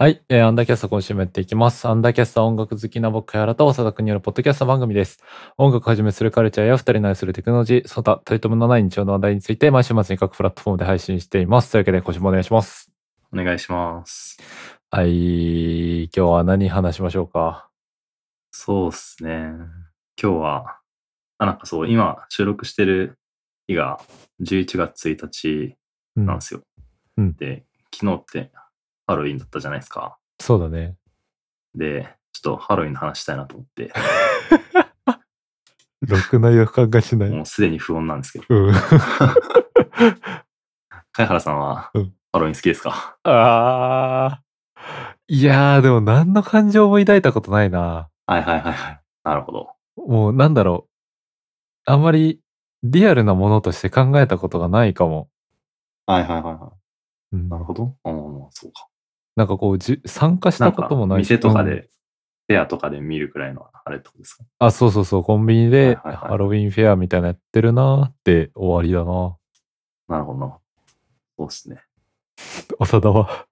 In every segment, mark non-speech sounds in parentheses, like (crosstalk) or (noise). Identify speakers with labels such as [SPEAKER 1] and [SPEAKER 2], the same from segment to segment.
[SPEAKER 1] はい、えーアンダーキャスト今週もやっていきます。アンダーキャストは音楽好きな僕、原田長田君によるポッドキャスト番組です。音楽をはじめするカルチャーや二人の愛するテクノロジー、その他、とりとめのない日常の話題について、毎週末に各プラットフォームで配信しています。というわけで、今週もお願いします。
[SPEAKER 2] お願いします。
[SPEAKER 1] はい、今日は何話しましょうか。
[SPEAKER 2] そうっすね。今日は、あ、なんかそう、今収録してる日が11月1日
[SPEAKER 1] うん
[SPEAKER 2] なんですよ。
[SPEAKER 1] うん
[SPEAKER 2] で、昨日ってハロウィンだったじゃないですか。
[SPEAKER 1] そうだね。
[SPEAKER 2] で、ちょっとハロウィンの話したいなと思 (laughs) って、
[SPEAKER 1] ろくな予感がしな
[SPEAKER 2] も。うすでに不穏なんですけど。
[SPEAKER 1] うん。
[SPEAKER 2] 貝原さんは
[SPEAKER 1] うん
[SPEAKER 2] ハロウィン好きですか、
[SPEAKER 1] あー。いやー、でも何の感情も抱いたことないな。
[SPEAKER 2] はいはいはいはい。なるほど。
[SPEAKER 1] もうなんだろう。あんまりリアルなものとして考えたことがないかも。
[SPEAKER 2] はいはいはいは
[SPEAKER 1] う
[SPEAKER 2] い。
[SPEAKER 1] ん
[SPEAKER 2] なるほど。ああ、そうか。
[SPEAKER 1] なんかこうじゅ、参加し
[SPEAKER 2] な
[SPEAKER 1] た
[SPEAKER 2] ん
[SPEAKER 1] こ
[SPEAKER 2] か
[SPEAKER 1] ともないし
[SPEAKER 2] 店とか
[SPEAKER 1] うん
[SPEAKER 2] で、フェアとかで見るくらいのあれってことですか
[SPEAKER 1] あ、そうそうそう、コンビニで
[SPEAKER 2] はいはいはい
[SPEAKER 1] ハロウィンフェアみたいなやってるなーって終わりだな。
[SPEAKER 2] なるほどな。そうっすね。
[SPEAKER 1] (laughs) 長田は。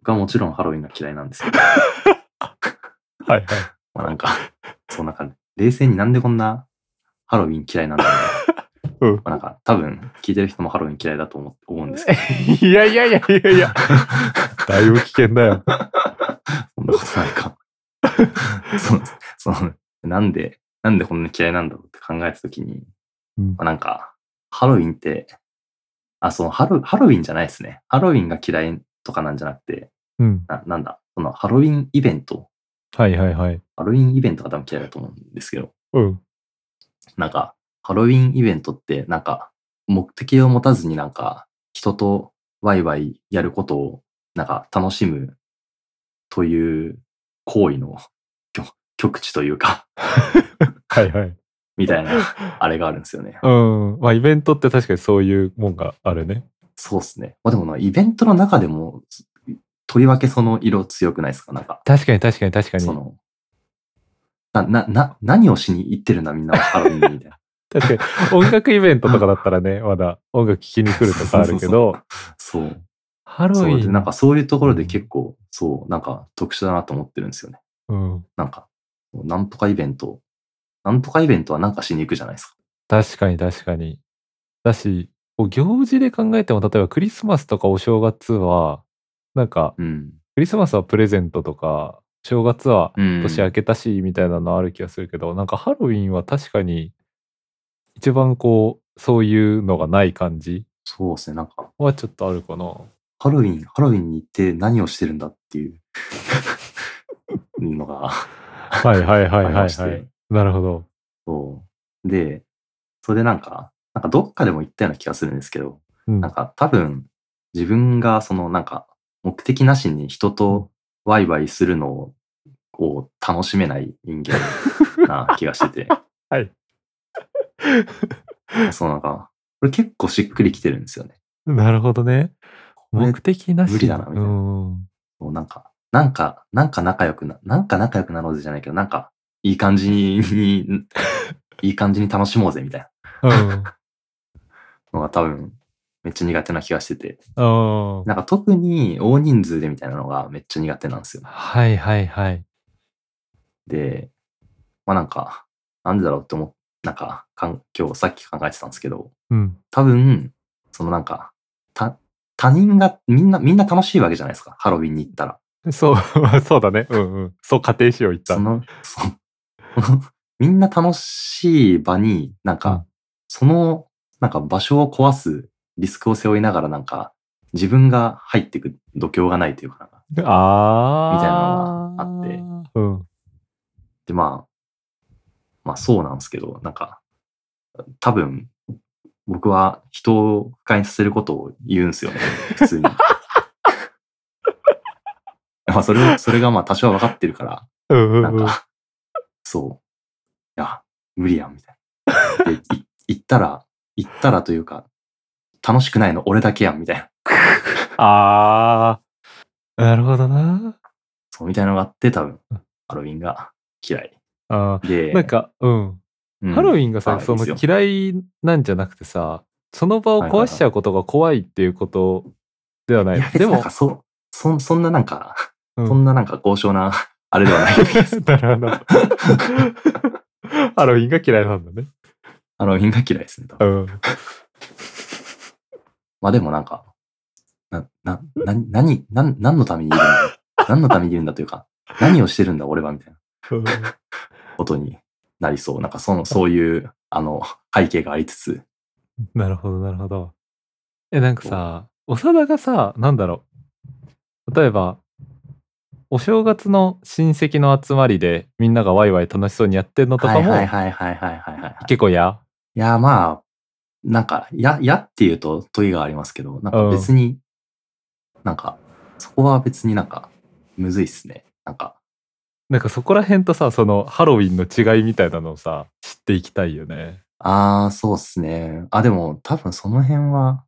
[SPEAKER 2] 僕はもちろんハロウィンが嫌いなんです
[SPEAKER 1] (laughs)
[SPEAKER 2] けど、
[SPEAKER 1] はいはい。
[SPEAKER 2] まあなんか、そうなんか、冷静になんでこんなハロウィン嫌いなんだろう、
[SPEAKER 1] うん
[SPEAKER 2] まあなんか、多分、聞いてる人もハロウィン嫌いだと思思うんですけ
[SPEAKER 1] (laughs)
[SPEAKER 2] ど、
[SPEAKER 1] いやいやいやいやいや。 (laughs) だいぶ危険だよ。
[SPEAKER 2] そんなことないか。 (laughs) そうですそのなんで、なんでこんな嫌いなんだろうって考えたときに、
[SPEAKER 1] うん
[SPEAKER 2] まあ、なんか、ハロウィンって、あ、そのハロ、ハロウィンじゃないですね。ハロウィンが嫌いとかなんじゃなくて、
[SPEAKER 1] (laughs) うん。
[SPEAKER 2] ななんだ、そのハロウィンイベント、
[SPEAKER 1] はいはいはい。
[SPEAKER 2] ハロウィンイベントが多分嫌いだと思うんですけど、
[SPEAKER 1] うん。
[SPEAKER 2] なんか、ハロウィンイベントって、なんか、目的を持たずになんか、人とワイワイやることを、なんか、楽しむという行為の極極地というか、 (laughs)
[SPEAKER 1] はいはい。
[SPEAKER 2] みたいな、あれがあるんですよね。
[SPEAKER 1] うん。まあイベントって確かにそういうもんがあるね。
[SPEAKER 2] そうですね。まあでもな、イベントの中でも、とりわけその色強くないですかなんか、
[SPEAKER 1] 確かに確かに確かに
[SPEAKER 2] そ。の、な、な、な、何をしに行ってるんだみんなハロウィンにみたいな。
[SPEAKER 1] 確かに音楽イベントとかだったらねまだ音楽聴きに来るとかあるけど
[SPEAKER 2] そう。
[SPEAKER 1] ハロウ
[SPEAKER 2] そう
[SPEAKER 1] ィ
[SPEAKER 2] で、
[SPEAKER 1] ン
[SPEAKER 2] なんかそういうところで結構、そう、なんか特殊だなと思ってるんですよね。
[SPEAKER 1] うん、
[SPEAKER 2] なんか、なんとかイベント、なんとかイベントはなんかしに行くじゃないですか。
[SPEAKER 1] 確かに確かにだしこう行事で考えても例えばクリスマスとかお正月はなんか
[SPEAKER 2] うん。
[SPEAKER 1] クリスマスはプレゼントとか正月は
[SPEAKER 2] うん、
[SPEAKER 1] 年明けたしみたいなのある気がするけど、なんかハロウィンは確かに一番こうそういうのがない感じ
[SPEAKER 2] そうですね、なんか、
[SPEAKER 1] はちょっとあるかな
[SPEAKER 2] ハロウィン、ハロウィンに行って何をしてるんだっていうのが
[SPEAKER 1] はいはいは
[SPEAKER 2] あ
[SPEAKER 1] い (laughs)
[SPEAKER 2] り
[SPEAKER 1] は
[SPEAKER 2] ま
[SPEAKER 1] い
[SPEAKER 2] して、
[SPEAKER 1] はいなるほど
[SPEAKER 2] そう。で、それでなんか、なんかどっかでも言ったような気がするんですけど、
[SPEAKER 1] うん
[SPEAKER 2] なんか多分、自分がそのなんか、目的なしに人とワイワイするのを、こう、楽しめない人間な気がして (laughs) て。
[SPEAKER 1] はい。
[SPEAKER 2] そうなんか、これ結構しっくりきてるんですよね。
[SPEAKER 1] なるほどね。
[SPEAKER 2] これ
[SPEAKER 1] 目的なし。
[SPEAKER 2] 無理だなみたいな
[SPEAKER 1] うん
[SPEAKER 2] もうなんか、なんか、なんか仲良くな、なんか仲良くなろうぜじゃないけど、なんか、いい感じに、いい感じに楽しもうぜみたいな
[SPEAKER 1] うん。
[SPEAKER 2] のが多分、めっちゃ苦手な気がしてて。
[SPEAKER 1] うん。
[SPEAKER 2] (laughs) なんか特に大人数でみたいなのがめっちゃ苦手なんですよ。
[SPEAKER 1] はいはいはい。
[SPEAKER 2] で、まあなんか、なんでだろうって思っなんかかん、今日さっき考えてたんですけど、
[SPEAKER 1] うん。
[SPEAKER 2] 多分、そのなんか、た、他人が、みんな、みんな楽しいわけじゃないですか。ハロウィンに行ったら。
[SPEAKER 1] (laughs) そう、そうだね。うんうん。そう仮定しよう言った
[SPEAKER 2] そ。の、そう。 (laughs) みんな楽しい場に、なんか、
[SPEAKER 1] うん
[SPEAKER 2] その、なんか場所を壊すリスクを背負いながら、なんか、自分が入っていく度胸がないというかなんか、
[SPEAKER 1] ああ。
[SPEAKER 2] みたいな
[SPEAKER 1] のがあって。うん。
[SPEAKER 2] で、まあ、まあそうなんですけど、なんか、多分、僕は人を不快にさせることを言うんです
[SPEAKER 1] (laughs)
[SPEAKER 2] よね、普通に。 (laughs) まあそれを、それがまあ多少は分かってるから、
[SPEAKER 1] うんう
[SPEAKER 2] なんん
[SPEAKER 1] うん。
[SPEAKER 2] か、そう、いや、無理やん、みたいな。で、い行ったら、行ったらというか、楽しくないの俺だけやん、みたいな。
[SPEAKER 1] ああ。なるほどな。
[SPEAKER 2] そう、みたいなのがあって、多分、ハロウィンが嫌い。
[SPEAKER 1] あ
[SPEAKER 2] で、
[SPEAKER 1] ーなんか、うん。
[SPEAKER 2] うん、
[SPEAKER 1] ハロウ
[SPEAKER 2] ン
[SPEAKER 1] ィンが
[SPEAKER 2] あ
[SPEAKER 1] さ、
[SPEAKER 2] ー
[SPEAKER 1] そ
[SPEAKER 2] い
[SPEAKER 1] の
[SPEAKER 2] いです
[SPEAKER 1] 嫌いなんじゃなくてさ、その場を壊しちゃうことが怖いっていうことではないい
[SPEAKER 2] や、。別
[SPEAKER 1] で
[SPEAKER 2] になん
[SPEAKER 1] も
[SPEAKER 2] か、そ、そ、そんななんか、
[SPEAKER 1] うん
[SPEAKER 2] そんななんか高尚な (laughs) あれではない
[SPEAKER 1] (laughs)
[SPEAKER 2] です。
[SPEAKER 1] なるほど。 (laughs) ハロウィンが嫌いなんだね。
[SPEAKER 2] ハロウィンが嫌いですね。多分
[SPEAKER 1] うん。
[SPEAKER 2] まあでもなんか、な、な、な、何、何、何のためにいるん
[SPEAKER 1] (laughs)
[SPEAKER 2] だ何のためにいるんだというか、何をしてるんだ俺はみたいなことになりそう。なんかその、そういう、あの、背景がありつつ、
[SPEAKER 1] (laughs) なるほど、なるほど。え、なんかさ、長田がさ、なんだろう。例えば、お正月の親戚の集まりでみんながワイワイ楽しそうにやってんのと
[SPEAKER 2] は
[SPEAKER 1] か
[SPEAKER 2] い
[SPEAKER 1] も
[SPEAKER 2] はいはいはいはいはい、はい。
[SPEAKER 1] 結構嫌
[SPEAKER 2] いや、まあ、なんか、や、やっていうと、問いがありますけど、なんか別に、なんか、そこは別になんか、むずいっすね。なんか、
[SPEAKER 1] なんかそこら辺とさ、そのハロウィンの違いみたいなのをさ、知っていきたいよね。
[SPEAKER 2] ああ、そうっすね。あ、でも、多分その辺は、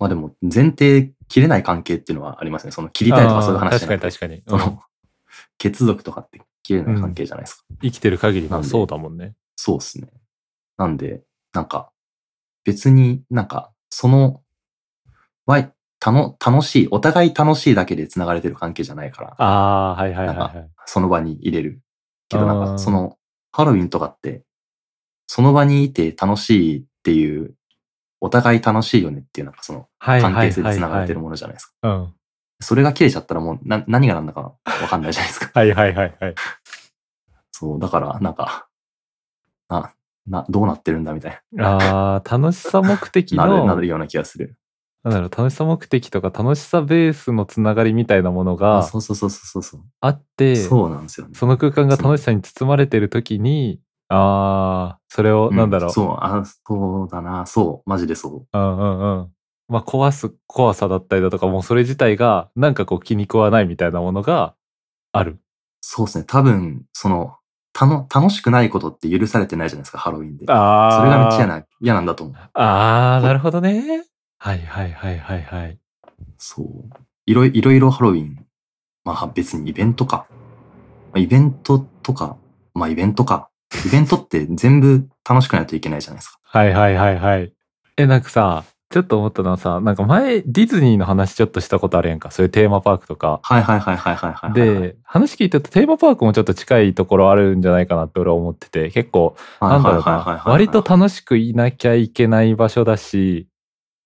[SPEAKER 2] まあでも、前提、切れない関係っていうのはありますね。その、切りたいとかそういう
[SPEAKER 1] あー
[SPEAKER 2] 話じゃ
[SPEAKER 1] 確か
[SPEAKER 2] ない
[SPEAKER 1] に確かに。
[SPEAKER 2] そ
[SPEAKER 1] うん
[SPEAKER 2] の、 (laughs) 血族とかって切れない関係じゃないですか。
[SPEAKER 1] 生きてる限り
[SPEAKER 2] なん
[SPEAKER 1] は
[SPEAKER 2] で
[SPEAKER 1] そうだもんね。
[SPEAKER 2] そうっすね。なんで、なんか、別になんか、その、わい、たの、楽しい、お互い楽しいだけで繋がれてる関係じゃないから、
[SPEAKER 1] ああ、はいはいはい
[SPEAKER 2] なん
[SPEAKER 1] はい。
[SPEAKER 2] その場に入れる。けどなん
[SPEAKER 1] あー
[SPEAKER 2] か、その、ハロウィンとかって、その場にいて楽しいっていう、お互い楽しいよねっていう、なんかその、
[SPEAKER 1] はいはい
[SPEAKER 2] 関
[SPEAKER 1] はい
[SPEAKER 2] 係性で繋がれてる
[SPEAKER 1] も
[SPEAKER 2] ものじゃないですか。
[SPEAKER 1] ん。うん。
[SPEAKER 2] それが切れちゃったらもう、な、何が何だかわかんないじゃないで
[SPEAKER 1] (laughs)
[SPEAKER 2] すか。
[SPEAKER 1] はいはいはいはい。
[SPEAKER 2] そう、だから、なんか、な、な、どうなってるんだみたい
[SPEAKER 1] ああ、楽しさ目的
[SPEAKER 2] な、
[SPEAKER 1] の、
[SPEAKER 2] なる、なるような気がする。
[SPEAKER 1] なんだろう、楽しさ目的とか楽しさベースのつながりみたいなもの
[SPEAKER 2] あ、
[SPEAKER 1] が
[SPEAKER 2] そうそうそうそうそう。
[SPEAKER 1] あって、
[SPEAKER 2] そうなんですよね。
[SPEAKER 1] その空間が楽しさに包まれてる時に、ああ、それを、
[SPEAKER 2] うん
[SPEAKER 1] なんだろう、
[SPEAKER 2] そう、あ、そうだな、そう、マジでそう。
[SPEAKER 1] うんうんうん。まあ、壊す怖さだったりだとか、もうそれ自体が、なんかこう気に食わないみたいなものがある。
[SPEAKER 2] そうですね。多分、その、たの、楽しくないことって許されてないじゃないですか、ハロウィンで。
[SPEAKER 1] ああ。
[SPEAKER 2] それがめっちゃ嫌な、嫌なんだと思う。
[SPEAKER 1] ああ、なるほどね。はいはいはいはいはい。
[SPEAKER 2] そう。いろいいろいろハロウィン。まあ別にイベントか。まあイベントとか、まあイベントか。イベントって全部楽しくないといけないじゃないですか。
[SPEAKER 1] はいはいはいはい。え、なんかさ、ちょっと思ったのはさ、なんか前ディズニーの話ちょっとしたことあるやんか。そういうテーマパークとか。
[SPEAKER 2] はいはいはいはいはいはいはい、
[SPEAKER 1] で、話聞いてるとテーマパークもちょっと近いところあるんじゃないかなって俺は思ってて、結構、
[SPEAKER 2] は
[SPEAKER 1] ないんだ
[SPEAKER 2] はい
[SPEAKER 1] ろ
[SPEAKER 2] は
[SPEAKER 1] う
[SPEAKER 2] いはい
[SPEAKER 1] な、
[SPEAKER 2] はい
[SPEAKER 1] 割と楽しくいなきゃいけない場所だし、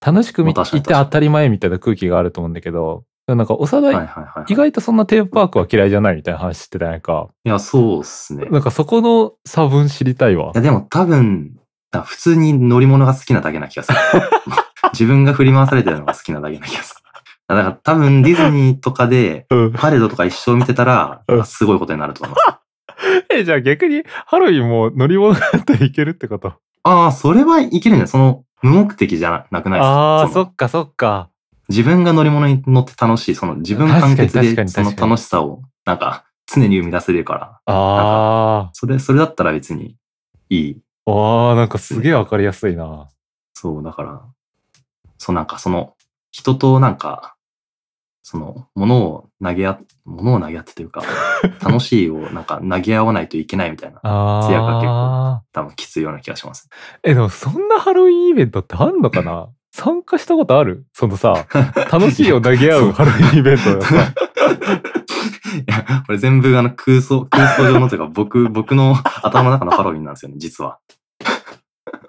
[SPEAKER 1] 楽しく見
[SPEAKER 2] まあ確か
[SPEAKER 1] い
[SPEAKER 2] に
[SPEAKER 1] て当たり前みたいな空気があると思うんだけど、なんか長
[SPEAKER 2] はいはい
[SPEAKER 1] 田、
[SPEAKER 2] はいはい。
[SPEAKER 1] 意外とそんなテーマパークは嫌いじゃないみたいな話してたやんか。
[SPEAKER 2] いや、そうっすね。い
[SPEAKER 1] なんかそこの差分知りたいわ。
[SPEAKER 2] や、でも多分、あ普通に乗り物が好きなだけな気
[SPEAKER 1] (laughs)
[SPEAKER 2] がする。自分が振り回されてるのが好きなだけな気がする。だから多分ディズニーとかで、
[SPEAKER 1] うん。 (laughs)
[SPEAKER 2] パレードとか一生見てたら
[SPEAKER 1] うん、
[SPEAKER 2] すごいことになると思います。
[SPEAKER 1] え、じゃあ逆にハロウィンも乗り物だったらいけるってこと
[SPEAKER 2] ああ、それはいけるんじゃないその、無目的じゃなくないですか
[SPEAKER 1] ああ、
[SPEAKER 2] の
[SPEAKER 1] そっかそっか。
[SPEAKER 2] 自分が乗り物に乗って楽しい、その自分完結
[SPEAKER 1] 確か
[SPEAKER 2] で
[SPEAKER 1] に確か
[SPEAKER 2] そ
[SPEAKER 1] に
[SPEAKER 2] の
[SPEAKER 1] 確かに
[SPEAKER 2] 楽しさを、なんか、常に生み出せるから、
[SPEAKER 1] あ
[SPEAKER 2] それ、それだったら別にいい。
[SPEAKER 1] あ。わあ、なんかすげえわかりやすいな。
[SPEAKER 2] そう、だから、そう、なんかその、人となんか、その、物を投げ合、物を投げ合ってとい
[SPEAKER 1] (laughs)
[SPEAKER 2] うか、楽しいをなんか投げ合わないといけないみたいな、
[SPEAKER 1] ああ。
[SPEAKER 2] 艶が結構多分きついような気がし
[SPEAKER 1] (laughs)
[SPEAKER 2] ます。
[SPEAKER 1] え、でもそんなハロウィンイベントってあんのか
[SPEAKER 2] (laughs)
[SPEAKER 1] な参加したことあるそのさ、楽しいを投げ合うハロウィンイベントがさ。
[SPEAKER 2] いや、これ全部あの空想、空想上のというか、僕、僕の頭の中のハロウィンなんですよね、実は。 (laughs) ハ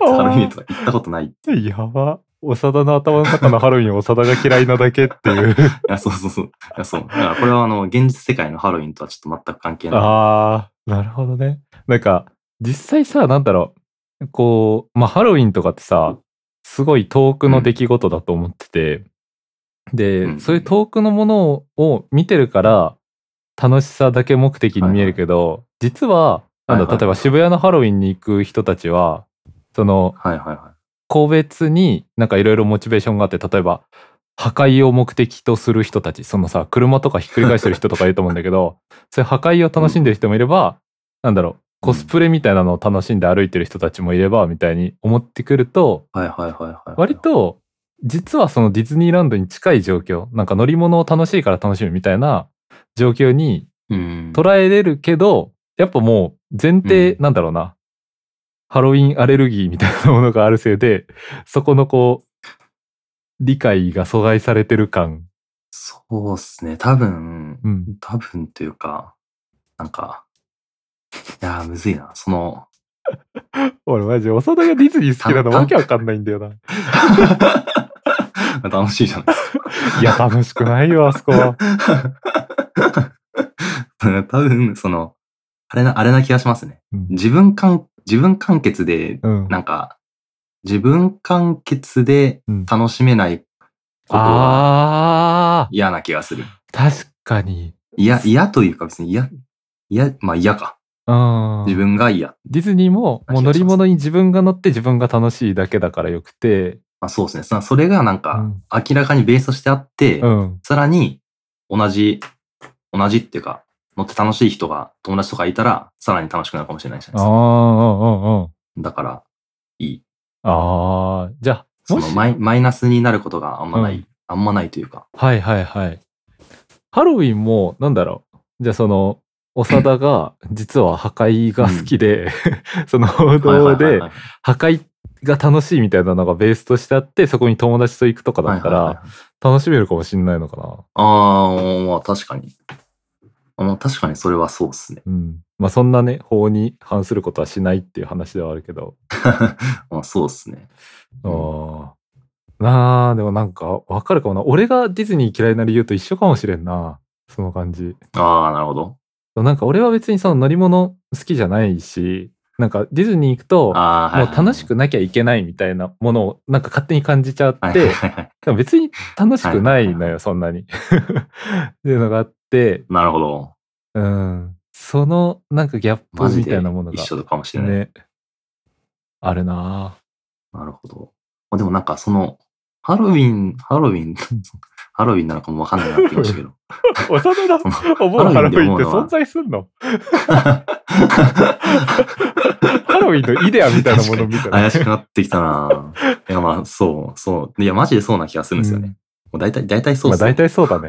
[SPEAKER 2] ロウィンとか行ったことない。い
[SPEAKER 1] あーやば。長田の頭の中のハロウィンを長田が嫌いなだけっていう。
[SPEAKER 2] (laughs) や、そうそうそう。いや、そう。だからこれはあの、現実世界のハロウィンとはちょっと全く関係ない。
[SPEAKER 1] ああ、なるほどね。なんか、実際さ、なんだろう。こう、まあ、ハロウィンとかってさ、すごい遠くの出来事だと思ってて、で、
[SPEAKER 2] うん
[SPEAKER 1] そういう遠くのものをを見てるから、楽しさだけ目的に見えるけど、実は、なんだ、
[SPEAKER 2] はいはい
[SPEAKER 1] 例えば渋谷のハロウィンに行く人たちは、その、
[SPEAKER 2] はいはいは
[SPEAKER 1] 個別になんかいろいろモチベーションがあって例えば破壊を目的とする人たちそのさ車とかひっくり返してる人とかいると思うんだけど (laughs) そういう破壊を楽しんでる人もいれば、なんだろうコスプレみたいなのを楽しんで歩いてる人たちもいればみたいに思ってくると
[SPEAKER 2] い。はいはいはいはい。
[SPEAKER 1] 割と実はそのディズニーランドに近い状況なんか乗り物を楽しいから楽しむみたいな状況に
[SPEAKER 2] うん。
[SPEAKER 1] 捉えれるけどやっぱもう前提
[SPEAKER 2] うん
[SPEAKER 1] なんだろうな、ハロウィンアレルギーみたいなものがあるせいでそこのこう理解が阻害されてる感
[SPEAKER 2] そうっすね。多分、
[SPEAKER 1] うん。
[SPEAKER 2] 多分というか、なんか、いやー、むずいな。その、 (laughs)
[SPEAKER 1] 俺マジ、長田がディズニー好きなの
[SPEAKER 2] た
[SPEAKER 1] わけわかんないんだよな。
[SPEAKER 2] 楽しいじゃないです
[SPEAKER 1] いや、楽しくないよ、あそこは。
[SPEAKER 2] か。 (laughs) 多分、その、あれな、あれな気がしますね。
[SPEAKER 1] うん。 (laughs)
[SPEAKER 2] 自分かん、自分完結で、
[SPEAKER 1] うん、
[SPEAKER 2] なんか、自分完結で
[SPEAKER 1] うん
[SPEAKER 2] 楽しめないことは
[SPEAKER 1] ああ、
[SPEAKER 2] 嫌な気がする。
[SPEAKER 1] 確かに。
[SPEAKER 2] 嫌、嫌というか別に嫌、嫌、まあ嫌か。
[SPEAKER 1] うん。
[SPEAKER 2] 自分が嫌。
[SPEAKER 1] ディズニーも、もう乗り物に自分が乗って自分が楽しいだけだからよくて、
[SPEAKER 2] まあそうですねさ。それがなん
[SPEAKER 1] う
[SPEAKER 2] か
[SPEAKER 1] ん、
[SPEAKER 2] 明らかにベースとしてあって、
[SPEAKER 1] うん。
[SPEAKER 2] さらに、同じ、同じっていうか、乗って楽しい人が、友達とかいたら、さらに楽しくなるかもしれないじゃ
[SPEAKER 1] あ
[SPEAKER 2] な
[SPEAKER 1] あ、
[SPEAKER 2] いです
[SPEAKER 1] うんう
[SPEAKER 2] か。
[SPEAKER 1] んうん。
[SPEAKER 2] だから、いい。
[SPEAKER 1] ああ、じゃあ、
[SPEAKER 2] そ
[SPEAKER 1] も
[SPEAKER 2] の
[SPEAKER 1] し、
[SPEAKER 2] マイ、マイナスになることがあんまない、
[SPEAKER 1] うん
[SPEAKER 2] あんまないというか。
[SPEAKER 1] はいはいはい。ハロウィンも、なんだろう。じゃあその、長田が、実は破壊が好きで、 (laughs) その報道
[SPEAKER 2] はいはい
[SPEAKER 1] で
[SPEAKER 2] はいはい、
[SPEAKER 1] 破壊が楽しいみたいなのがベースとしてあって、そこに友達と行くとかだった
[SPEAKER 2] はいは
[SPEAKER 1] ら
[SPEAKER 2] いはい、
[SPEAKER 1] 楽しめるかもしれないのかな。
[SPEAKER 2] ああ、まあ確かに。あまあ確かにそれはそうっすね。
[SPEAKER 1] うん。まあそんなね、法に反することはしないっていう話ではあるけど。
[SPEAKER 2] まあそうっすね。うん
[SPEAKER 1] ああ。なあ、でもなんかわかるかもな。俺がディズニー嫌いな理由と一緒かもしれんな。その感じ。
[SPEAKER 2] ああ、なるほど。
[SPEAKER 1] なんか俺は別にその乗り物好きじゃないし、なんかディズニー行くと、
[SPEAKER 2] ああ、
[SPEAKER 1] もう楽しくなきゃいけないみたいなものをなんか勝手に感じちゃって、
[SPEAKER 2] はいはいはいはい。
[SPEAKER 1] でも別に楽しくない
[SPEAKER 2] はいは
[SPEAKER 1] の
[SPEAKER 2] い
[SPEAKER 1] よ、そんなに。 (laughs) っていうのがあって、
[SPEAKER 2] なるほど。
[SPEAKER 1] うん。そのなんかギャッ
[SPEAKER 2] マ
[SPEAKER 1] プ
[SPEAKER 2] ジ
[SPEAKER 1] みた
[SPEAKER 2] で
[SPEAKER 1] いなものが
[SPEAKER 2] 一、緒かもしれない。
[SPEAKER 1] ね、あるな
[SPEAKER 2] なるほど。まあでもなんかその、ハロウィン、ハロウィン、 (laughs) ハロウィンなのかもわかんないなって言いましたけ
[SPEAKER 1] (laughs)
[SPEAKER 2] ど。
[SPEAKER 1] ぁ。幼
[SPEAKER 2] (laughs)
[SPEAKER 1] な思
[SPEAKER 2] うハロウィンって存
[SPEAKER 1] 在すんのハロウィンのイデアみたいなものみ
[SPEAKER 2] (laughs)
[SPEAKER 1] たいな。
[SPEAKER 2] 怪しくなってきたなぁいやまあそう、そう。いやマジでそうな気がするんですよね。もう大体、大体そう
[SPEAKER 1] ま
[SPEAKER 2] っ
[SPEAKER 1] あ
[SPEAKER 2] すね
[SPEAKER 1] 大体そうだね。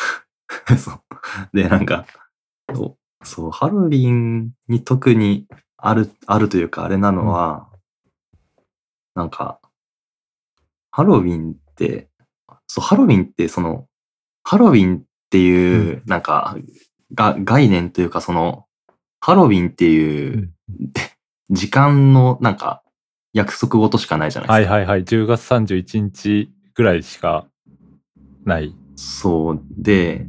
[SPEAKER 2] (laughs) そう。で、なんか、そう、そうハロウィンに特にある、あるというか、あれなのは、なんか、ハロウィンって、そう、ハロウィンって、その、ハロウィンっていう、なんか、が、概念というか、その、ハロウィンっていう、時間の、なんか、約束ごとしかないじゃないですか。
[SPEAKER 1] はいはいはい。10月31日ぐらいしかない。
[SPEAKER 2] そう。で、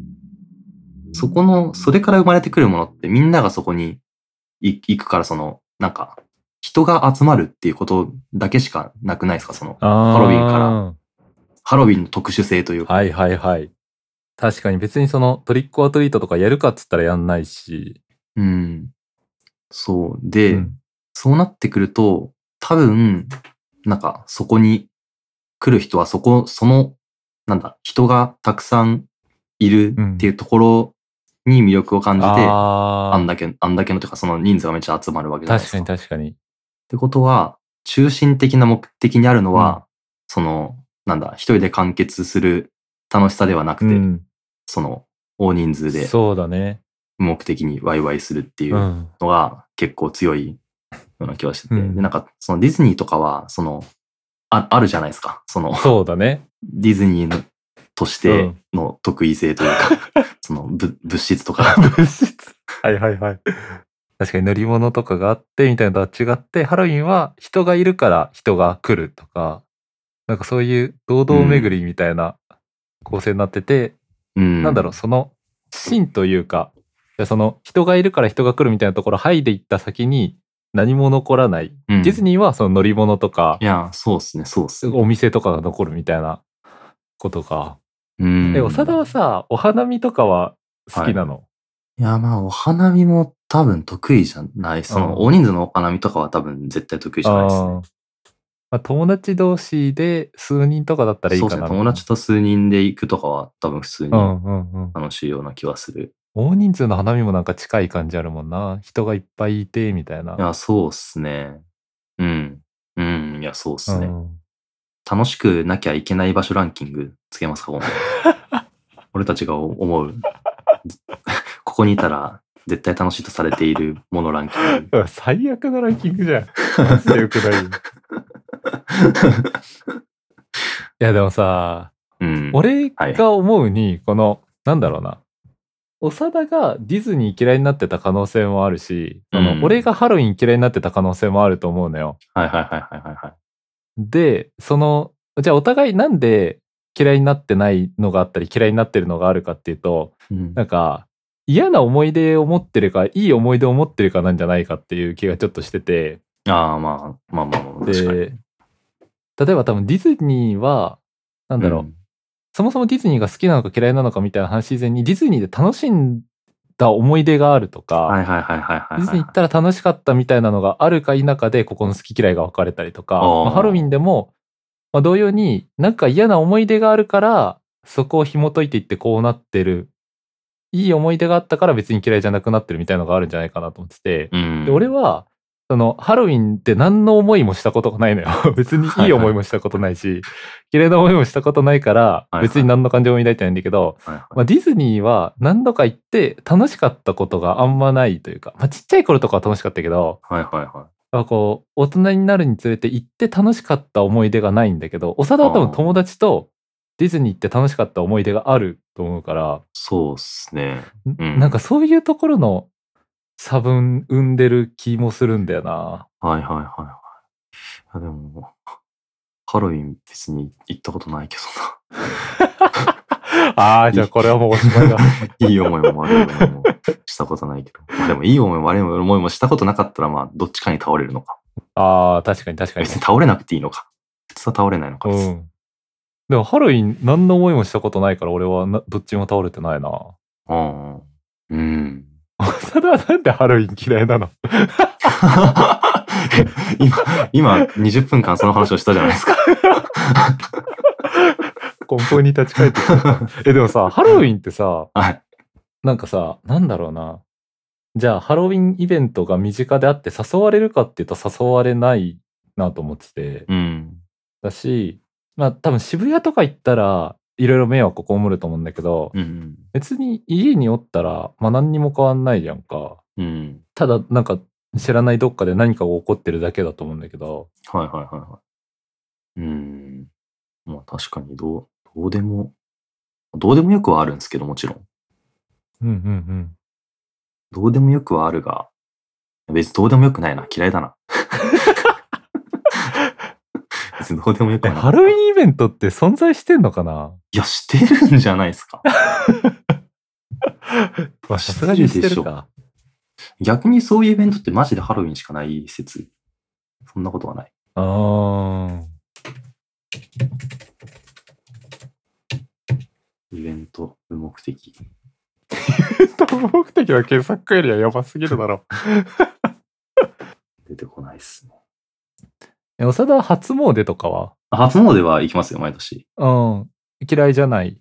[SPEAKER 2] そこの、それから生まれてくるものってみんながそこにい行くから、その、なんか、人が集まるっていうことだけしかなくないですかその、
[SPEAKER 1] ハ
[SPEAKER 2] ロウィンかハロウィンの特殊性というか。
[SPEAKER 1] はいはいはい。確かに別にそのトリックオアトリートとかやるかっつったらやんないし。
[SPEAKER 2] うん。そう。で、
[SPEAKER 1] うん
[SPEAKER 2] そうなってくると、多分、なんか、そこに来る人は、そこ、その、なんだ、人がたくさんいるっていうところに魅力を感じて、
[SPEAKER 1] あ
[SPEAKER 2] あ
[SPEAKER 1] あ
[SPEAKER 2] んだけ、あんだけのというか、その人数がめっちゃ集まるわけじゃないで
[SPEAKER 1] 確
[SPEAKER 2] す
[SPEAKER 1] か
[SPEAKER 2] か。
[SPEAKER 1] に確かに。
[SPEAKER 2] ってことは、中心的な目的にあるのは、その、なんだ、一人で完結する楽しさではなく
[SPEAKER 1] う
[SPEAKER 2] て、
[SPEAKER 1] ん。
[SPEAKER 2] その、大人数で
[SPEAKER 1] そうだね。。
[SPEAKER 2] 無目的にワイワイするっていううんのが結構強いような気はしてて、
[SPEAKER 1] うん
[SPEAKER 2] で、なんか、そのディズニーとかは、その、ああるじゃないですか。その、
[SPEAKER 1] そうだね。
[SPEAKER 2] ディズニーのとしての特異性というか、
[SPEAKER 1] (laughs)
[SPEAKER 2] そのぶ物質とか、
[SPEAKER 1] 物質。はいはいはい。確かに乗り物とかがあってみたいなのとは違って、ハロウィンは人がいるから人が来るとか、なんかそういう堂々巡りみたいな構成になってて、
[SPEAKER 2] う
[SPEAKER 1] (laughs)
[SPEAKER 2] ん。
[SPEAKER 1] なんだろう、その芯というか、いやその人がいるから人が来るみたいなところ、剥いでいった先に何も残らない。
[SPEAKER 2] うん、
[SPEAKER 1] ディズニーはその乗り物とか
[SPEAKER 2] い、や、そうっすね、そうっすね。
[SPEAKER 1] お店とかが残るみたいなことか。
[SPEAKER 2] うん。
[SPEAKER 1] え、長田はさ、お花見とかは好きなの、
[SPEAKER 2] いや、まあ、お花見も多分得意じゃない。そ
[SPEAKER 1] うん
[SPEAKER 2] の、大人数のお花見とかは多分絶対得意じゃないですね。
[SPEAKER 1] あーまあ、友達同士で数人とかだったらいい
[SPEAKER 2] そう
[SPEAKER 1] か
[SPEAKER 2] です
[SPEAKER 1] な。
[SPEAKER 2] ね。友達と数人で行くとかは多分普通に
[SPEAKER 1] うんうんうん。
[SPEAKER 2] 楽しいような気はする。
[SPEAKER 1] 大人数の花見もなんか近い感じあるもんな。人がいっぱいいて、みたいな。
[SPEAKER 2] いや、そうっすね。うん。うん、いや、そうっすね。
[SPEAKER 1] うん
[SPEAKER 2] 楽しくなきゃいけない場所ランキングつけますか、今度
[SPEAKER 1] (laughs)
[SPEAKER 2] 俺たちが思う。 (laughs) ここにいたら絶対楽しいとされているものランキング。
[SPEAKER 1] うわ最悪のランキングじゃん。マ (laughs) ジでよくない。いや、でもさ、
[SPEAKER 2] うん。
[SPEAKER 1] 俺が思うに、この、なんだろうな。長田がディズニー嫌いになってた可能性もあるし、その
[SPEAKER 2] うん
[SPEAKER 1] 俺がハロウィン嫌いになってた可能性もあると思うのよ。
[SPEAKER 2] はいはいはいはいはいはい。
[SPEAKER 1] で、その、じゃあお互いなんで嫌いになってないのがあったり嫌いになってるのがあるかっていうと、
[SPEAKER 2] うん
[SPEAKER 1] なんか嫌な思い出を持ってるか、いい思い出を持ってるかなんじゃないかっていう気がちょっとしてて、
[SPEAKER 2] ああ、まあ、まあまあまあ、確かに。
[SPEAKER 1] で、例えば多分ディズニーは、なんだろう、そもそもディズニーが好きなのか嫌いなのかみたいな話以前に、ディズニーで楽しんだ思い出があるとか、
[SPEAKER 2] うんはいはいはいはいはいはい。
[SPEAKER 1] ディズニー行ったら楽しかったみたいなのがあるか否かで、ここの好き嫌いが分かれたりとか、
[SPEAKER 2] あー
[SPEAKER 1] まあハロウィンでも、まあ、同様に、なんか嫌な思い出があるから、そこを紐解いていってこうなってる。いい思い出があったから別に嫌いじゃなくなってるみたいなのがあるんじゃないかなと思ってて、
[SPEAKER 2] うん、
[SPEAKER 1] で俺は、その、ハロウィンって何の思いもしたことがないのよ。 (laughs) 別にいい思いもしたことないし、嫌いな思いもしたことないから
[SPEAKER 2] いは、い
[SPEAKER 1] 別に何の感情も抱いてないんだけど、
[SPEAKER 2] はいはい
[SPEAKER 1] まあ、ディズニーは何度か行って楽しかったことがあんまないというか、まあ、ちっちゃい頃とかは楽しかったけど、
[SPEAKER 2] はいはいは
[SPEAKER 1] まあこう、大人になるにつれて行って楽しかった思い出がないんだけど、長田は多分友達とディズニー行って楽しかった思い出があると思うから、
[SPEAKER 2] い。そうっすね。うん
[SPEAKER 1] なんかそういうところの差分生んでる気もするんだよな。
[SPEAKER 2] はいはいはいはい。いやでも、ハロウィン別に行ったことないけ
[SPEAKER 1] ああ、じゃあこれはもうおしま (laughs) いだ。
[SPEAKER 2] どな。い (laughs) い思いも悪い思いもしたことないけど。まあでもいい思いも悪い思いもしたことなかったら、まあどっちかに倒れるのか。
[SPEAKER 1] ああ、確かに確かに
[SPEAKER 2] 別。に倒れなくていいのか。普通は倒れないのか。
[SPEAKER 1] う
[SPEAKER 2] 別に
[SPEAKER 1] ん。でもハロウィン何の思いもしたことないから俺はなどっちも倒れてないな。 (laughs)
[SPEAKER 2] うん。うん。 (laughs)
[SPEAKER 1] それはなんでハロウィン嫌いなの
[SPEAKER 2] 今、今20分間その話をしたじゃないですか。
[SPEAKER 1] 根本に立ち返って (laughs) きた。え、でもさ、ハロウィンってさ、
[SPEAKER 2] (laughs) はい。
[SPEAKER 1] なんかさ、なんだろうな。じゃあ、ハロウィンイベントが身近であって誘われるかっていうと誘われないなと思ってて。
[SPEAKER 2] うん。
[SPEAKER 1] だし、まあ多分渋谷とか行ったら、いろいろ迷惑を被ると思うんだけど、
[SPEAKER 2] うん。
[SPEAKER 1] 別に家におったら、まあ何にも変わんないじゃんか。
[SPEAKER 2] うん。
[SPEAKER 1] ただ、なんか知らないどっかで何かが起こってるだけだと思うんだけど、
[SPEAKER 2] はいはいはいはい。うん。まあ確かにどう、どうでも、どうでもよくはあるんですけどもちろん。
[SPEAKER 1] うんうんうん。
[SPEAKER 2] どうでもよくはあるが、別にどうでもよくないな。嫌いだな。別にどうでもよく
[SPEAKER 1] え、
[SPEAKER 2] ないな。
[SPEAKER 1] ハロウィンイベントって存在してんのかない
[SPEAKER 2] や、してるんじゃないですか。
[SPEAKER 1] (laughs) まあ、
[SPEAKER 2] し
[SPEAKER 1] さす
[SPEAKER 2] てる
[SPEAKER 1] がにして
[SPEAKER 2] でし
[SPEAKER 1] る
[SPEAKER 2] ょ
[SPEAKER 1] か。
[SPEAKER 2] 逆にそういうイベントってマジでハロウィンしかない説。そんなことはない。
[SPEAKER 1] あー
[SPEAKER 2] イベント、無目的。
[SPEAKER 1] 目的の検索エリアやばすぎるだろ。
[SPEAKER 2] 出てこないっすね。
[SPEAKER 1] え、長田は初詣とかは
[SPEAKER 2] あ初詣は行きますよ、毎年。
[SPEAKER 1] うん。嫌いじゃない。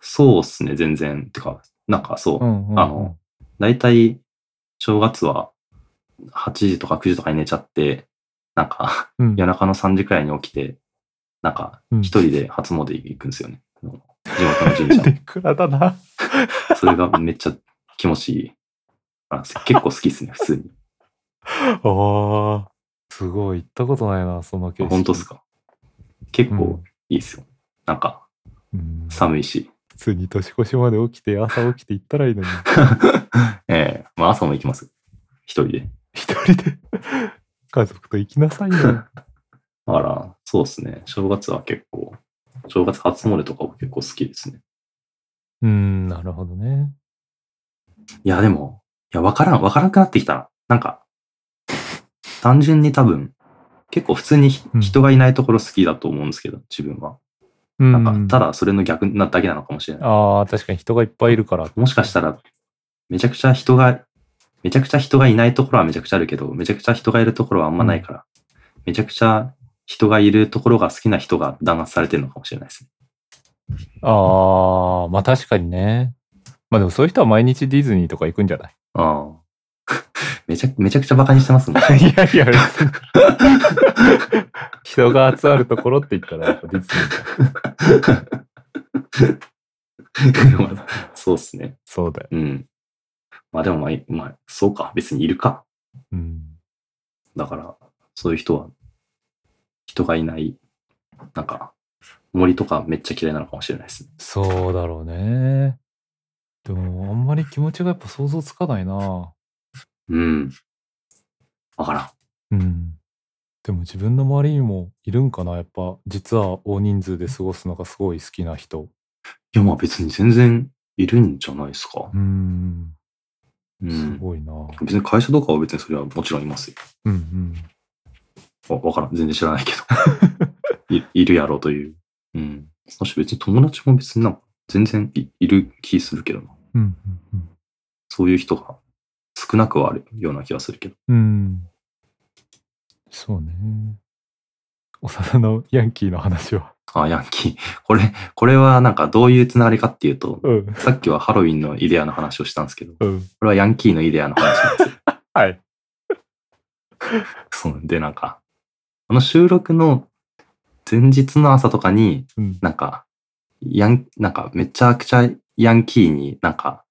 [SPEAKER 2] そうっすね、全然。てか、なんかそう。
[SPEAKER 1] うん、うん。
[SPEAKER 2] あの、大体、正月は8時とか9時とかに寝ちゃって、なんか (laughs)
[SPEAKER 1] うん、
[SPEAKER 2] 夜中の3時くらいに起きて、なんか
[SPEAKER 1] うん
[SPEAKER 2] 一人で初詣行くんですよね。地元の神社
[SPEAKER 1] で (laughs) くらだな。
[SPEAKER 2] の。それがめっちゃ気持ちいい。あ結構好きですね、普
[SPEAKER 1] (laughs)
[SPEAKER 2] 通に。
[SPEAKER 1] ああ。すごい。行ったことないな、その景
[SPEAKER 2] あ
[SPEAKER 1] 色。
[SPEAKER 2] 本当です
[SPEAKER 1] か。
[SPEAKER 2] か結
[SPEAKER 1] うん
[SPEAKER 2] 構いいですよ。なんか
[SPEAKER 1] うん、普
[SPEAKER 2] 寒いし。
[SPEAKER 1] 通に年越しまで起きて、朝起きて行ったらいいのに。
[SPEAKER 2] ええまあ朝も行きます。一人で。
[SPEAKER 1] 一人で、家族と行きなさいよ。 (laughs)
[SPEAKER 2] だから、そうですね。正月は結構、正月初詣とかも結構好きですね。
[SPEAKER 1] うん、なるほどね。
[SPEAKER 2] いや、でも、いや、わからん、わからなくなってきたな。なんか、単純に多分、結構普通にひ
[SPEAKER 1] うん
[SPEAKER 2] 人がいないところ好きだと思うんですけど、自分は。
[SPEAKER 1] う。
[SPEAKER 2] なんんか、ただそれの逆なだけなのかもしれない。
[SPEAKER 1] ああ、確かに人がいっぱいいるから。
[SPEAKER 2] もしかしたら、めちゃくちゃ人が、めちゃくちゃ人がいないところはめちゃくちゃあるけど、めちゃくちゃ人がいるところはあんまないから、めちゃくちゃ人がいるところが好きな人が弾圧されてるのかもしれないですね。
[SPEAKER 1] ああ、まあ確かにね。まあでもそういう人は毎日ディズニーとか行くんじゃない
[SPEAKER 2] あ (laughs) あ。めちゃ、めちゃくちゃ馬鹿にしてますね。
[SPEAKER 1] (laughs) (laughs) いやいや、別に人が集まるところって言ったらやっぱディズニーだ。
[SPEAKER 2] (laughs) そうっすね。
[SPEAKER 1] そうだよ。
[SPEAKER 2] うん。まあでもまあ、いまあ、そうか。別にいるか。
[SPEAKER 1] うん。
[SPEAKER 2] だから、そういう人は、人がいない、なんか、森とかめっちゃ嫌いなのかもしれないですね。
[SPEAKER 1] そうだろうね。でも、あんまり気持ちがやっぱ想像つかないな。
[SPEAKER 2] うん。わからん。
[SPEAKER 1] うん。でも自分の周りにもいるんかなやっぱ、実は大人数で過ごすのがすごい好きな人。
[SPEAKER 2] いや、まあ別に全然いるんじゃないですか
[SPEAKER 1] う。ん。
[SPEAKER 2] う
[SPEAKER 1] す
[SPEAKER 2] ん。
[SPEAKER 1] ごいな。うん
[SPEAKER 2] 別に会社とかは別にそれはもちろんいますよ。
[SPEAKER 1] うん。
[SPEAKER 2] わわからん。全然知らないけど。い (laughs) いるやろうという。うん。もし別に友達も別になんか全然いいる気するけどな。
[SPEAKER 1] うんうんうん。
[SPEAKER 2] そういう人が少なくはあるような気がするけど。
[SPEAKER 1] うん。そうね。幼田のヤンキーの話は。
[SPEAKER 2] あ、ヤンキー。これ、これはなんかどういうつながりかっていうと、
[SPEAKER 1] うん。
[SPEAKER 2] さっきはハロウィンのイデアの話をしたんですけど、
[SPEAKER 1] う
[SPEAKER 2] こ
[SPEAKER 1] ん。
[SPEAKER 2] れはヤンキーのイデアの話 (laughs) なんですよ。
[SPEAKER 1] はい。
[SPEAKER 2] そうで、なんか、この収録の前日の朝とかに、
[SPEAKER 1] うん。
[SPEAKER 2] なんか、ヤン、なんかめちゃくちゃヤンキーになんか、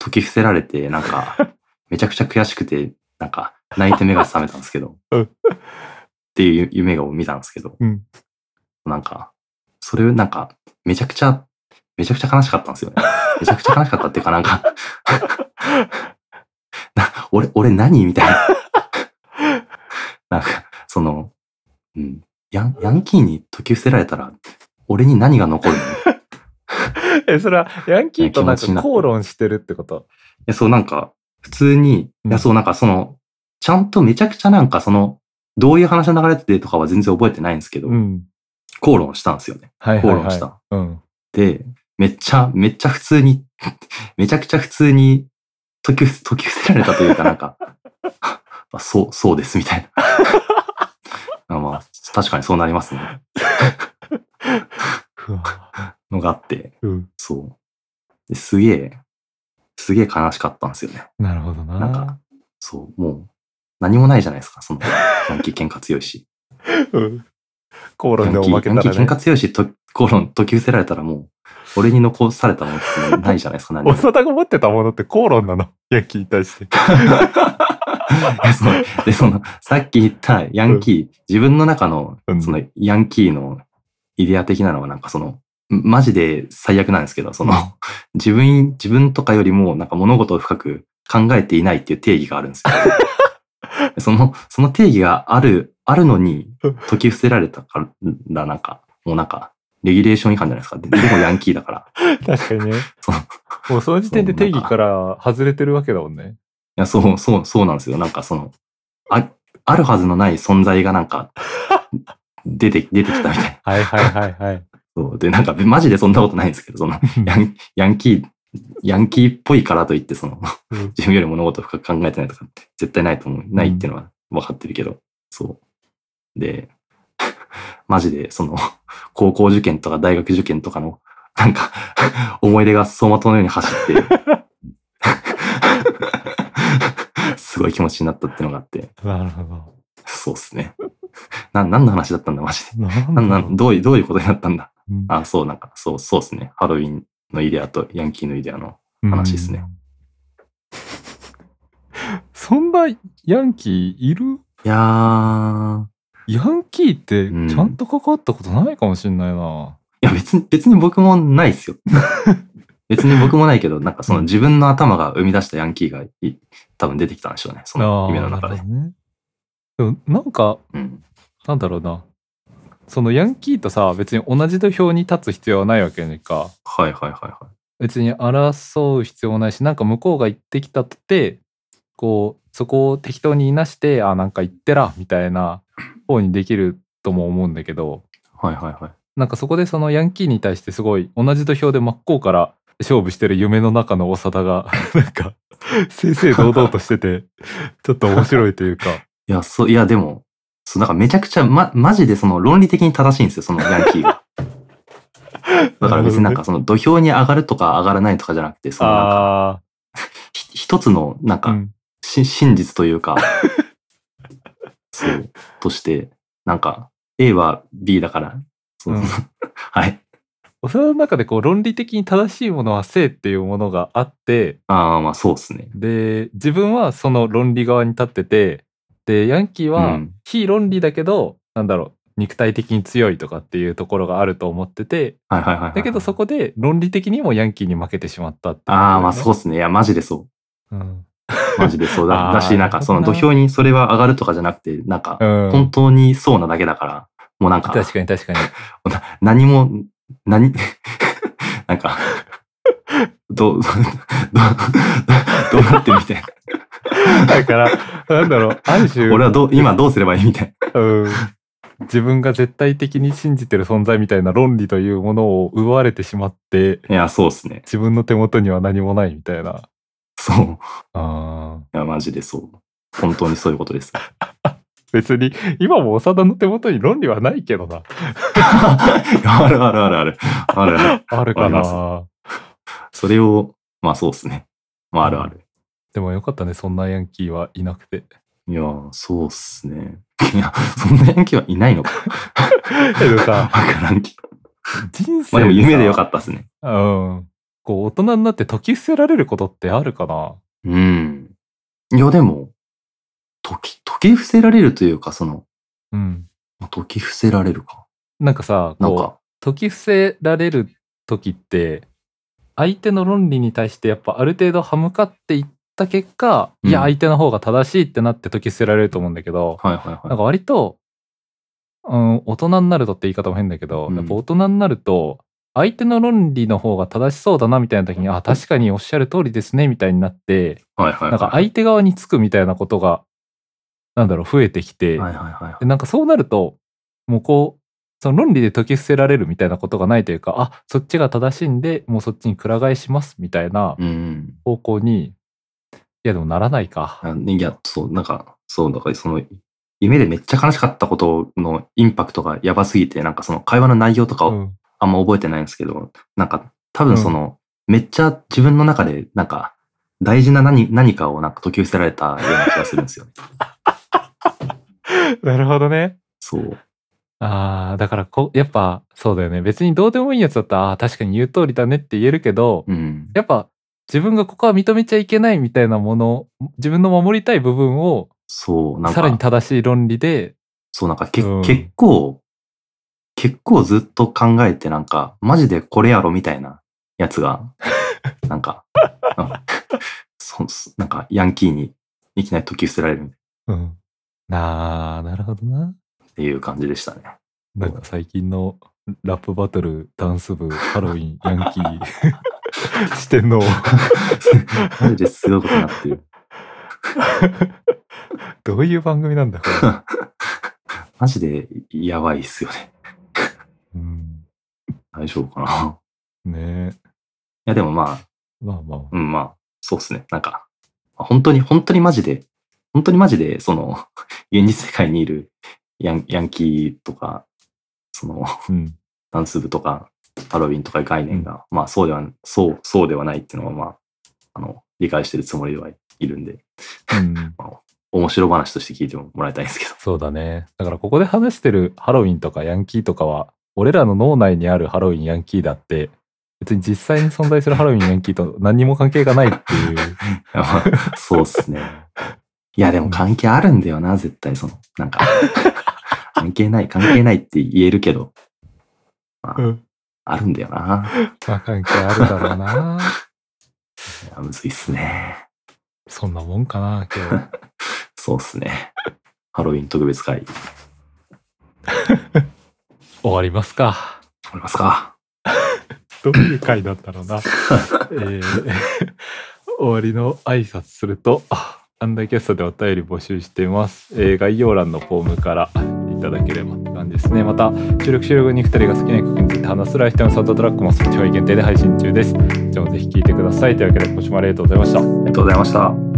[SPEAKER 2] 解き伏せられて、なん
[SPEAKER 1] (laughs)
[SPEAKER 2] か、めちゃくちゃ悔しくて、なんか、泣いて目が覚めたんですけど、
[SPEAKER 1] (laughs) うん
[SPEAKER 2] っていう夢を見たんですけど、
[SPEAKER 1] うん。
[SPEAKER 2] なんか、それなんか、めちゃくちゃ、めちゃくちゃ悲しかったんですよ
[SPEAKER 1] (laughs)
[SPEAKER 2] ね。めちゃくちゃ悲しかったっていうかなんか (laughs) な、俺、俺何みたい
[SPEAKER 1] (laughs)
[SPEAKER 2] な。なんか、その、うん、ヤン、ヤンキーに解き伏せられたら、俺に何が
[SPEAKER 1] (laughs)
[SPEAKER 2] 残るの
[SPEAKER 1] (laughs) え、それはヤンキーとなん
[SPEAKER 2] 気持ちにな
[SPEAKER 1] か
[SPEAKER 2] った
[SPEAKER 1] 口論してるってこと
[SPEAKER 2] え、そう、なんか、普通に、
[SPEAKER 1] うん
[SPEAKER 2] いや、そう、なんかその、ちゃんとめちゃくちゃなんかその、どういう話の流れててとかは全然覚えてないんですけど、
[SPEAKER 1] うん。
[SPEAKER 2] 口論したんですよね。
[SPEAKER 1] はいはい、
[SPEAKER 2] 口
[SPEAKER 1] はい。
[SPEAKER 2] 論した。
[SPEAKER 1] うん。
[SPEAKER 2] で、めっちゃ、めっちゃ普通に、 (laughs) めちゃくちゃ普通に解き伏せ、解き伏せられたというかなんか、 (laughs) あそう、そうです、みたいな。あ (laughs) まあ、確かにそうなりますね。
[SPEAKER 1] ふわ
[SPEAKER 2] のがあって、
[SPEAKER 1] うん。
[SPEAKER 2] そう。ですげえ、すげえ悲しかったんですよね。
[SPEAKER 1] なるほどな。
[SPEAKER 2] なんかそう、もう、何もないじゃないですか、
[SPEAKER 1] (laughs)
[SPEAKER 2] その、ヤンキー喧嘩強いし。
[SPEAKER 1] うん。口
[SPEAKER 2] ヤ
[SPEAKER 1] 論
[SPEAKER 2] ン
[SPEAKER 1] でお
[SPEAKER 2] キ
[SPEAKER 1] まけ
[SPEAKER 2] ー、
[SPEAKER 1] た
[SPEAKER 2] ヤンキー
[SPEAKER 1] ら
[SPEAKER 2] 喧
[SPEAKER 1] ね
[SPEAKER 2] 嘩。強いし、と、口論解き伏せられたらもう、俺に残されたものってないじゃないですか、何も
[SPEAKER 1] (laughs) お。さたが持ってたものって口論なの。 (laughs) ヤンキーに対して。
[SPEAKER 2] いや (laughs) そうで、その、さっき言ったヤンキー、自分の中の
[SPEAKER 1] う、ん
[SPEAKER 2] その、ヤンキーのイデア的なのは、なんかその、マジで最悪なんですけど、その、自分、自分とかよりも、なんか物事を深く考えていないっていう定義があるんですよ。その、その定義がある、あるのに、解き伏せられたから、なんか、もうなんか、レギュレーション違反じゃないですか。ででもヤンキーだから。
[SPEAKER 1] 確かにね
[SPEAKER 2] そう。
[SPEAKER 1] もうその時点で定義から外れてるわけだもんね。
[SPEAKER 2] いや、そう、そう、そうなんですよ。なんかその、あ、あるはずのない存在がなんか、出て、出てきたみたいな。
[SPEAKER 1] はいはいはいはい。
[SPEAKER 2] そう。で、なんか、マジでそんなことないんですけ
[SPEAKER 1] (laughs)
[SPEAKER 2] ど、その、ヤン、ヤンキー、ヤンキーっぽいからといって、その、
[SPEAKER 1] うん
[SPEAKER 2] 自分より物事を深く考えてないとか、絶対ないと思う。ないっていうのは分かってるけど、そう。で、 (laughs) マジで、その、高校受験とか大学受験とかの、なんか、思い出が走馬灯のように走って、 (laughs) すごい気持ちになったっていうのがあって、
[SPEAKER 1] (laughs) なるほど。
[SPEAKER 2] そうっすね。な、何の話だったんだ、マジで。
[SPEAKER 1] なん
[SPEAKER 2] なん
[SPEAKER 1] だ
[SPEAKER 2] な
[SPEAKER 1] ろう
[SPEAKER 2] のどういう、どういうことになったんだ。
[SPEAKER 1] うん
[SPEAKER 2] あ、そう、なんか、そう、そうですね。ハロウィンのイデアとヤンキーのイデアの。話ですね
[SPEAKER 1] うん。 (laughs) そんなヤンキーいる
[SPEAKER 2] いやー、
[SPEAKER 1] ヤンキーって
[SPEAKER 2] うん
[SPEAKER 1] ちゃんと関わったことないかもしんないな。
[SPEAKER 2] いや別に、別に僕もないっす (laughs) よ。別に僕もないけど、なんかその自分の頭が生み出したヤンキーがい多分出てきたんでしょうね。その夢の中
[SPEAKER 1] なる
[SPEAKER 2] で
[SPEAKER 1] ほ。どね。でもなんか、
[SPEAKER 2] うん。
[SPEAKER 1] なんだろうな。そのヤンキーとさ、別に同じ土俵に立つ必要はないわけにか。
[SPEAKER 2] はいはいはいは
[SPEAKER 1] 別に争う必要もないしなんか向こうが言ってきたとてこうそこを適当にいなしてあなんか言ってらみたいな方にできるとも思うんだけど
[SPEAKER 2] い。はいはいはい。
[SPEAKER 1] なんかそこでそのヤンキーに対してすごい同じ土俵で真っ向から勝負してる夢の中の長田が (laughs) なんか正々堂々としててちょっと面白いというか
[SPEAKER 2] いや、そう、いやでも、そう、なんかめちゃくちゃ、ま、マジでその論理的に正しいんですよ、そのヤンキー (laughs) が。だから別に (laughs) なんかその土俵に上がるとか上がらないとかじゃなくて、そのなんか
[SPEAKER 1] (laughs) あ
[SPEAKER 2] ひ一つのなん
[SPEAKER 1] あ、う
[SPEAKER 2] か
[SPEAKER 1] ん、
[SPEAKER 2] し (laughs) 真実というか、そう、として、なんか、A は B だから、その
[SPEAKER 1] うん
[SPEAKER 2] (laughs) はい。
[SPEAKER 1] 長田の中でこう論理的に正しいものは正っていうものがあって
[SPEAKER 2] ああ、まあそうですね。
[SPEAKER 1] で自分はその論理側に立っててでヤンキー
[SPEAKER 2] う
[SPEAKER 1] は
[SPEAKER 2] ん
[SPEAKER 1] 非論理だけど、なんだろう肉体的に強いとかっていうところがあると思ってて、
[SPEAKER 2] はいはいはい、はい。
[SPEAKER 1] だけどそこで論理的にもヤンキーに負けてしまったっていう、
[SPEAKER 2] ああ、まあそうっすね。いや、マジでそう。
[SPEAKER 1] うん。
[SPEAKER 2] マジでそ
[SPEAKER 1] (laughs)
[SPEAKER 2] う
[SPEAKER 1] あ
[SPEAKER 2] だ。
[SPEAKER 1] ー
[SPEAKER 2] だし、なん
[SPEAKER 1] な
[SPEAKER 2] か
[SPEAKER 1] る
[SPEAKER 2] そ
[SPEAKER 1] ほどな
[SPEAKER 2] の土俵にそれは上がるとかじゃなくて、なんか、
[SPEAKER 1] うん。
[SPEAKER 2] 本当にそうなだけだから、もうなんか、
[SPEAKER 1] 確かに確
[SPEAKER 2] (laughs)
[SPEAKER 1] かに。
[SPEAKER 2] 何も、何、 (laughs) なんか、どう、ど (laughs) う、どうなってみたいな。
[SPEAKER 1] だから、なんだろう、ある種、
[SPEAKER 2] (laughs) 俺はどう、今どうすればいいみたい
[SPEAKER 1] うん、自分が絶対的に信じてる存在みたいな論理というものを奪われてしまって、
[SPEAKER 2] な。いや、そうっすね。
[SPEAKER 1] 自分の手元には何もないみたいな。
[SPEAKER 2] そう。
[SPEAKER 1] あー
[SPEAKER 2] いや、マジでそう。本当にそういうことです。
[SPEAKER 1] 別に、今も長田の手元に論理はないけどな。
[SPEAKER 2] あるあるあるある。あるある。
[SPEAKER 1] あるか
[SPEAKER 2] あり
[SPEAKER 1] な。
[SPEAKER 2] それを、まあそうっすね。まああるある。
[SPEAKER 1] でもよかったね、そんなヤンキーはいなくて。
[SPEAKER 2] いや、そうっすね。いや、そんなヤンキーはいないのか。
[SPEAKER 1] けどさ
[SPEAKER 2] わ、からんけど。
[SPEAKER 1] (laughs) 人生
[SPEAKER 2] まあでも夢でよ
[SPEAKER 1] っ
[SPEAKER 2] かったっすね。
[SPEAKER 1] た。うん。こう、大人になって解き伏せられることってあるかな
[SPEAKER 2] うん。いや、でも、解き、解き伏せられるというか、その、
[SPEAKER 1] うん。
[SPEAKER 2] 解き伏せられるか。
[SPEAKER 1] なんかさ、
[SPEAKER 2] なん
[SPEAKER 1] こう、
[SPEAKER 2] か、
[SPEAKER 1] 解き伏せられる時って相手の論理に対してやっぱある程度歯向かっていった結果、
[SPEAKER 2] うん
[SPEAKER 1] いや相手の方が正しいってなって解き伏せられると思うんだけど、
[SPEAKER 2] はいはい
[SPEAKER 1] な
[SPEAKER 2] は
[SPEAKER 1] んか割と、うん、大人になるとって言い方も変だけど、
[SPEAKER 2] うん
[SPEAKER 1] やっぱ大人になると相手の論理の方が正しそうだなみたいな時にあ確かにおっしゃる通りですねみたいになって
[SPEAKER 2] い。はいはいはい。
[SPEAKER 1] なんか相手側につくみたいなことがなんだろう増えてきて、
[SPEAKER 2] はいはいはいは。
[SPEAKER 1] でなんかそうなるともうこうその論理で解き伏せられるみたいなことがないというかあそっちが正しいんでもうそっちにくら替えしますみたいない
[SPEAKER 2] うん。
[SPEAKER 1] 方向に、いやでもならないか。
[SPEAKER 2] あいや、そう、なんか、そう、だからその、夢でめっちゃ悲しかったことのインパクトがやばすぎて、なんかその会話の内容とか
[SPEAKER 1] う
[SPEAKER 2] を
[SPEAKER 1] ん (laughs)
[SPEAKER 2] あんま覚えてないんですけど、なんか多分その、めっちゃ自分の中でなんか大事な何何かをなんか解き伏せられたような気がするんですよね。
[SPEAKER 1] なるほどね。
[SPEAKER 2] そう。
[SPEAKER 1] あーだからこやっぱそうだよね別にどうでもいいやつだったらあー確かに言う通りだねって言えるけど、
[SPEAKER 2] うん。
[SPEAKER 1] やっぱ自分がここは認めちゃいけないみたいなもの自分の守りたい部分を
[SPEAKER 2] そう、なん
[SPEAKER 1] さらに
[SPEAKER 2] か、
[SPEAKER 1] 正しい論理で
[SPEAKER 2] そう、なんかけ、
[SPEAKER 1] うん
[SPEAKER 2] 結構、結構ずっと考えてなんか、マジでこれやろみたいなや
[SPEAKER 1] (laughs)
[SPEAKER 2] つが、なんか、うんそそなんかヤンキーにいきなり解き伏せられるっ
[SPEAKER 1] うんあーなるほどな
[SPEAKER 2] ていう感じで
[SPEAKER 1] (laughs)
[SPEAKER 2] したね。
[SPEAKER 1] なんか最近のラップバトル、ダンス部、ハロウィン、ヤンキー、 (laughs) 四天王
[SPEAKER 2] マジですごいことになってる。
[SPEAKER 1] どういう番組なんだこれ、
[SPEAKER 2] マジでやばいっすよね。
[SPEAKER 1] うん、
[SPEAKER 2] 大丈夫かな。
[SPEAKER 1] ねえ。
[SPEAKER 2] いや、でもまあ、
[SPEAKER 1] まあまあ。
[SPEAKER 2] うん、まあ、そうっすね。なんか、まあ本当に、本当にマジで、本当にマジで、その、現実世界にいるヤンヤンキーとか、その、
[SPEAKER 1] うん。
[SPEAKER 2] ダンス部とか、ハロウィンとかいう概念が、まあ、そうでは、そう、そうではないっていうのは、まあ、あの、理解してるつもりではいるんで、
[SPEAKER 1] うん、
[SPEAKER 2] 面白話として聞いてもらいたいんですけど。
[SPEAKER 1] そうだね。だからここで話してるハロウィンとかヤンキーとかは、俺らの脳内にあるハロウィン、ヤンキーだって、別に実際に存在するハロウィン、ヤンキーと何にも関係がないっていう。
[SPEAKER 2] いやまあそうっすね。いや、でも関係あるんだよな、絶対、その、なんか、関係ない、関係ないって言えるけど、まあ、
[SPEAKER 1] ん。
[SPEAKER 2] あるんだよな。
[SPEAKER 1] まあ関係あるだろうな。
[SPEAKER 2] いや、むずいっすね。
[SPEAKER 1] そんなもんかな、今日。
[SPEAKER 2] そうっすね。ハロウィン特別会、終
[SPEAKER 1] 終わりますか。
[SPEAKER 2] わりますか。
[SPEAKER 1] どういう回だったろうな。えー終わりの挨拶すると、あアンダーキャストでお便り募集しています。えー概要欄のフォームからいただければって感じですね。また、収録収録に2人が好きな曲について話すライフタイムサウンドトラックも Spotify 限定で配信中です。こちらもぜひ聴いてください。というわけで、ご視聴ありがとうございました。
[SPEAKER 2] ありがとうございました。